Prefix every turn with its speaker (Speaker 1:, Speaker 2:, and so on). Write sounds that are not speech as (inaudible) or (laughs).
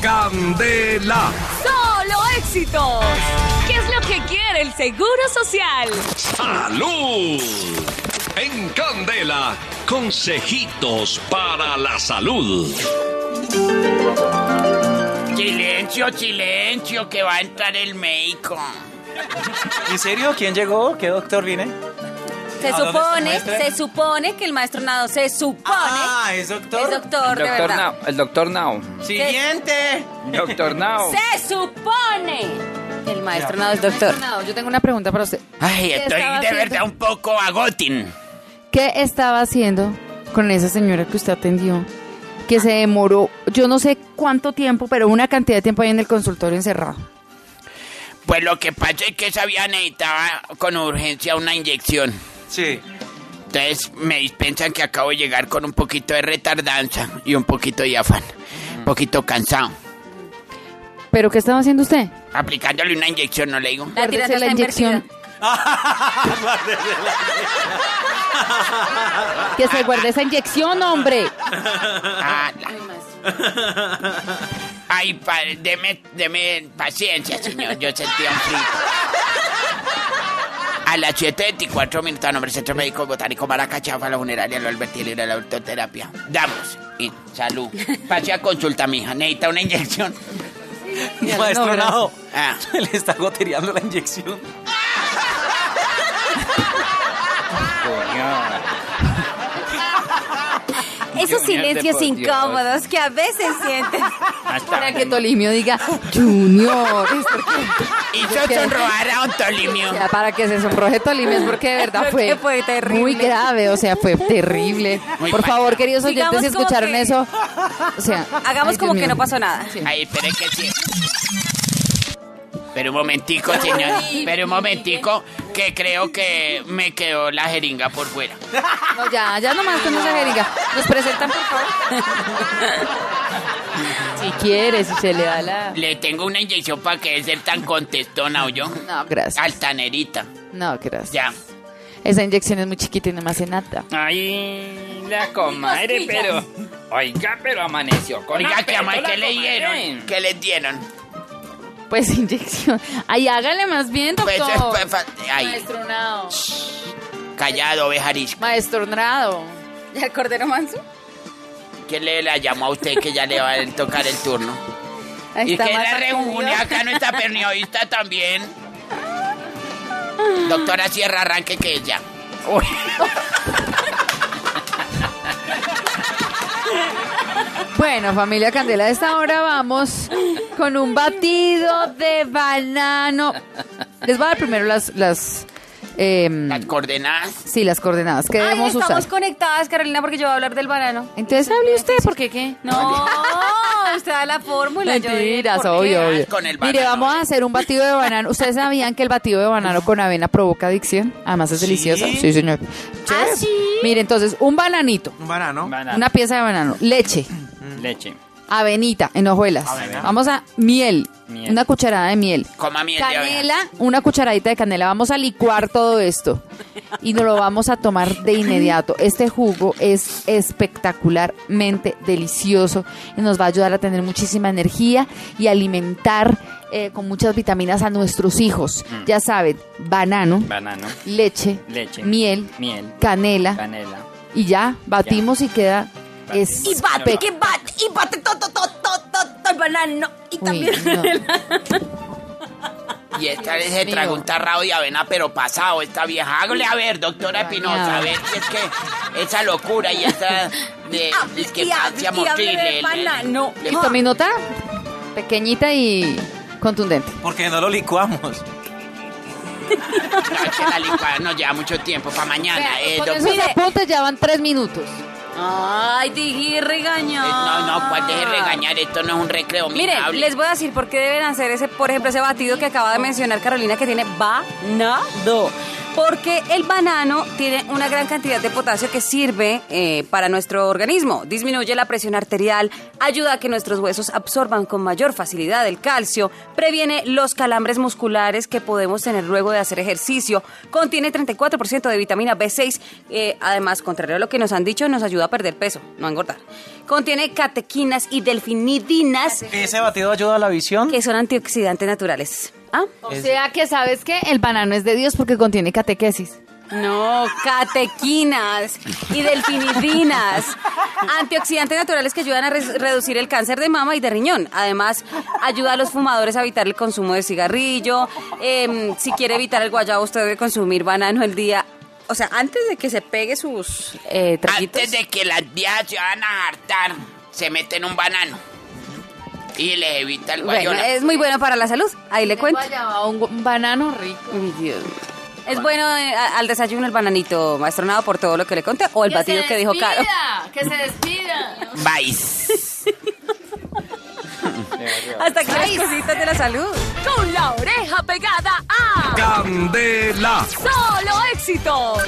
Speaker 1: candela.
Speaker 2: Solo éxitos. ¿Qué es lo que quiere el Seguro Social?
Speaker 1: Salud. En candela, consejitos para la salud.
Speaker 3: Silencio, silencio, que va a entrar el médico.
Speaker 4: ¿En serio? ¿Quién llegó? ¿Qué doctor viene?
Speaker 2: Se
Speaker 4: ¿A dónde
Speaker 2: supone,
Speaker 4: está el maestro?
Speaker 2: se supone que el maestro Nado se supone
Speaker 4: Ah, ¿es doctor?
Speaker 2: es doctor, de
Speaker 5: Doctor
Speaker 2: verdad.
Speaker 5: Now, el doctor Now.
Speaker 4: Siguiente.
Speaker 2: (laughs)
Speaker 5: Doctor Now.
Speaker 2: Se supone que el maestro Nado es doctor.
Speaker 6: Nado, yo tengo una pregunta para usted.
Speaker 3: Ay,
Speaker 6: ¿Qué
Speaker 3: estoy
Speaker 6: estaba
Speaker 3: de
Speaker 6: haciendo?
Speaker 3: verdad un poco agotín.
Speaker 6: ¿Qué estaba haciendo con esa señora que usted atendió? Que se demoró, yo no sé cuánto tiempo, pero una cantidad de tiempo ahí en el consultorio encerrado.
Speaker 3: Pues lo que pasa es que esa vía necesitaba con urgencia una inyección.
Speaker 4: Sí.
Speaker 3: Entonces me dispensan que acabo de llegar con un poquito de retardanza y un poquito de afán. Un poquito cansado.
Speaker 6: ¿Pero qué estaba haciendo usted?
Speaker 3: Aplicándole una inyección, no le digo.
Speaker 2: La
Speaker 6: Acuérdese
Speaker 2: tirante
Speaker 6: la
Speaker 2: está
Speaker 6: inyección.
Speaker 2: invertida.
Speaker 6: Que se guarde esa inyección, hombre.
Speaker 3: Ah, la- Ay, padre, deme, deme paciencia, señor. Yo sentía un frío. A las 7.24 minutos, a nombre del Centro Médico Botánico Maracachafa, la funeraria, lo Alberti Libre, de la autoterapia. Damos. Y salud. Pase a consulta, mija. Necesita una inyección.
Speaker 4: Maestro
Speaker 6: no,
Speaker 4: Nao. (laughs)
Speaker 3: Ah.
Speaker 4: Le está gotereando la inyección.
Speaker 2: Esos
Speaker 5: Junior,
Speaker 2: silencios
Speaker 5: por Dios.
Speaker 2: incómodos que a veces sientes.
Speaker 6: Para que Tolimio diga, Junior. es porque-
Speaker 3: Hizo sonrojar a Ontolimio.
Speaker 6: Ya, para que se sonroje Tolimio, es porque
Speaker 2: (laughs)
Speaker 6: de verdad
Speaker 2: Porque fue
Speaker 6: fue,
Speaker 2: terrible.
Speaker 6: muy grave, o sea, fue terrible.
Speaker 3: Muy
Speaker 6: Por
Speaker 3: mal.
Speaker 6: favor, queridos oyentes,
Speaker 2: Digamos
Speaker 6: si
Speaker 2: como
Speaker 6: escucharon
Speaker 2: que-
Speaker 6: eso, o sea...
Speaker 2: Hagamos
Speaker 6: ay,
Speaker 2: como
Speaker 6: Dios
Speaker 2: que
Speaker 6: mío.
Speaker 2: no pasó nada.
Speaker 6: Sí.
Speaker 3: Ay, espere que sí. Pero un momentico, señor. Pero un momentico, que creo que me quedó la jeringa por fuera.
Speaker 6: No, ya, ya nomás con esa jeringa. Nos presentan, por favor.
Speaker 2: (laughs)
Speaker 6: si quiere, si se le da la.
Speaker 3: Le tengo una inyección para que de ser tan contestona, o yo.
Speaker 6: No, gracias.
Speaker 3: Altanerita.
Speaker 6: No, gracias.
Speaker 3: Ya.
Speaker 6: Esa inyección es muy chiquita y no me hace nada.
Speaker 5: Ay, la comadre, pero.
Speaker 2: Cosquillas.
Speaker 5: Oiga, pero amaneció. Con
Speaker 3: Oiga, que
Speaker 5: apetito
Speaker 3: amar,
Speaker 5: la
Speaker 3: ¿qué le
Speaker 5: comadre.
Speaker 3: dieron? ¿Qué les dieron?
Speaker 6: Pues (laughs) inyección. Ay, hágale más bien, doctor.
Speaker 3: Pues, pues, fa- ay,
Speaker 6: Maestro Nado.
Speaker 3: callado, bejarisco.
Speaker 6: Maestro Nado.
Speaker 2: ¿Y al cordero manso?
Speaker 3: ¿Qué le la llamó a usted que ya le va a tocar el turno?
Speaker 2: Ahí
Speaker 3: y
Speaker 2: está
Speaker 3: que la
Speaker 2: más
Speaker 3: reúne
Speaker 2: atendido.
Speaker 3: acá nuestra periodista también. Doctora Sierra, arranque que ella. Uy.
Speaker 6: Bueno, familia Candela, a esta hora vamos con un batido de banano. Les voy a dar primero las. las em,
Speaker 3: Las coordenadas.
Speaker 6: sí, las coordenadas que
Speaker 2: Ay,
Speaker 6: debemos
Speaker 2: estamos
Speaker 6: usar.
Speaker 2: conectadas, Carolina, porque yo voy a hablar del banano.
Speaker 6: Entonces hable usted, porque qué?
Speaker 2: No, (laughs) usted da la fórmula. yo diré
Speaker 6: Mentiras,
Speaker 2: por qué.
Speaker 6: obvio,
Speaker 3: vas
Speaker 6: obvio.
Speaker 3: con el
Speaker 6: Mire,
Speaker 3: banano?
Speaker 6: vamos a hacer un batido de banano. ¿Ustedes sabían que el batido de banano con avena provoca adicción? Además es deliciosa. Sí, señor. Chévere. Mire, entonces, un bananito,
Speaker 4: Un banano.
Speaker 5: Banana,
Speaker 6: una pieza de banano, leche,
Speaker 5: leche.
Speaker 6: avenita en hojuelas. Vamos a miel,
Speaker 5: Miel.
Speaker 6: una cucharada de miel.
Speaker 3: Coma miel de abeja.
Speaker 6: Canela, una cucharadita de canela. Vamos a licuar todo esto y nos lo vamos a tomar de inmediato. Este jugo es espectacularmente delicioso y nos va a ayudar a tener muchísima energía y alimentar eh, con muchas vitaminas a nuestros hijos. Ya saben, banano,
Speaker 5: Banano,
Speaker 6: leche,
Speaker 5: leche.
Speaker 6: miel,
Speaker 5: Miel.
Speaker 6: canela
Speaker 5: Canela.
Speaker 6: y ya batimos y queda
Speaker 2: Y
Speaker 5: Batimos.
Speaker 2: bate,
Speaker 6: espectacular.
Speaker 2: que bate, y bate, to, to, to, to, to, to, el banano. Y
Speaker 6: Uy,
Speaker 2: (laughs) también.
Speaker 6: no.
Speaker 3: (laughs) Y esta
Speaker 6: Dios
Speaker 3: vez se
Speaker 6: mío.
Speaker 3: tragó un tarrado de avena, pero pasado. Esta vieja, hágale a ver, doctora Espinosa, a ver si es que esa locura y esa de
Speaker 7: (laughs)
Speaker 2: Ah, y
Speaker 3: discrepancia
Speaker 2: hable- y hable
Speaker 3: motriz.
Speaker 2: de
Speaker 3: le- le-
Speaker 2: banano.
Speaker 3: le-
Speaker 6: ¿Listo mi nota? Pequeñita y contundente.
Speaker 4: Porque no lo licuamos.
Speaker 3: no, es que la licuada nos lleva mucho tiempo para mañana. eh,
Speaker 6: Con
Speaker 3: doctora.
Speaker 6: esos apuntes ya van tres minutos.
Speaker 2: Ay, dije regañar.
Speaker 3: No, no, pues deje regañar, esto no es un recreo.
Speaker 2: Miren,
Speaker 3: mira, hable.
Speaker 2: les voy a decir por qué deben hacer ese, por ejemplo, ese batido que acaba de mencionar Carolina que tiene banado.
Speaker 7: Porque el banano tiene una gran cantidad de potasio que sirve eh, para nuestro organismo. Disminuye la presión arterial, ayuda a que nuestros huesos absorban con mayor facilidad el calcio, previene los calambres musculares que podemos tener luego de hacer ejercicio, contiene 34% de vitamina B6, eh, además, contrario a lo que nos han dicho, nos ayuda a perder peso, no a engordar. Contiene catequinas y delfinidinas,
Speaker 4: ¿Ese batido ayuda a la visión?
Speaker 7: que son antioxidantes naturales. ¿Ah?
Speaker 6: O sea que, ¿sabes qué? El banano es de Dios porque contiene catequesis.
Speaker 7: No, catequinas y delfinidinas, antioxidantes naturales que ayudan a res- reducir el cáncer de mama y de riñón. Además, ayuda a los fumadores a evitar el consumo de cigarrillo. Em, si quiere evitar el guayabo, usted debe consumir banano el día. O sea, antes de que se pegue sus eh, traguitos.
Speaker 3: Antes de que las días se van a hartar, se meten un banano. Y les evita el
Speaker 7: Bueno,
Speaker 3: guayona.
Speaker 7: es muy bueno para la salud, ahí le cuento.
Speaker 6: Guayaba, Un, un banano rico.
Speaker 7: Es bueno eh, a- al desayuno el bananito, maestronado por todo lo que le conté, o el batido que dijo Caro.
Speaker 6: Que se despida.
Speaker 3: Vais.
Speaker 7: Hasta aquí las cositas de la salud.
Speaker 2: Con la oreja pegada a
Speaker 1: Candela.
Speaker 2: Solo Éxitos.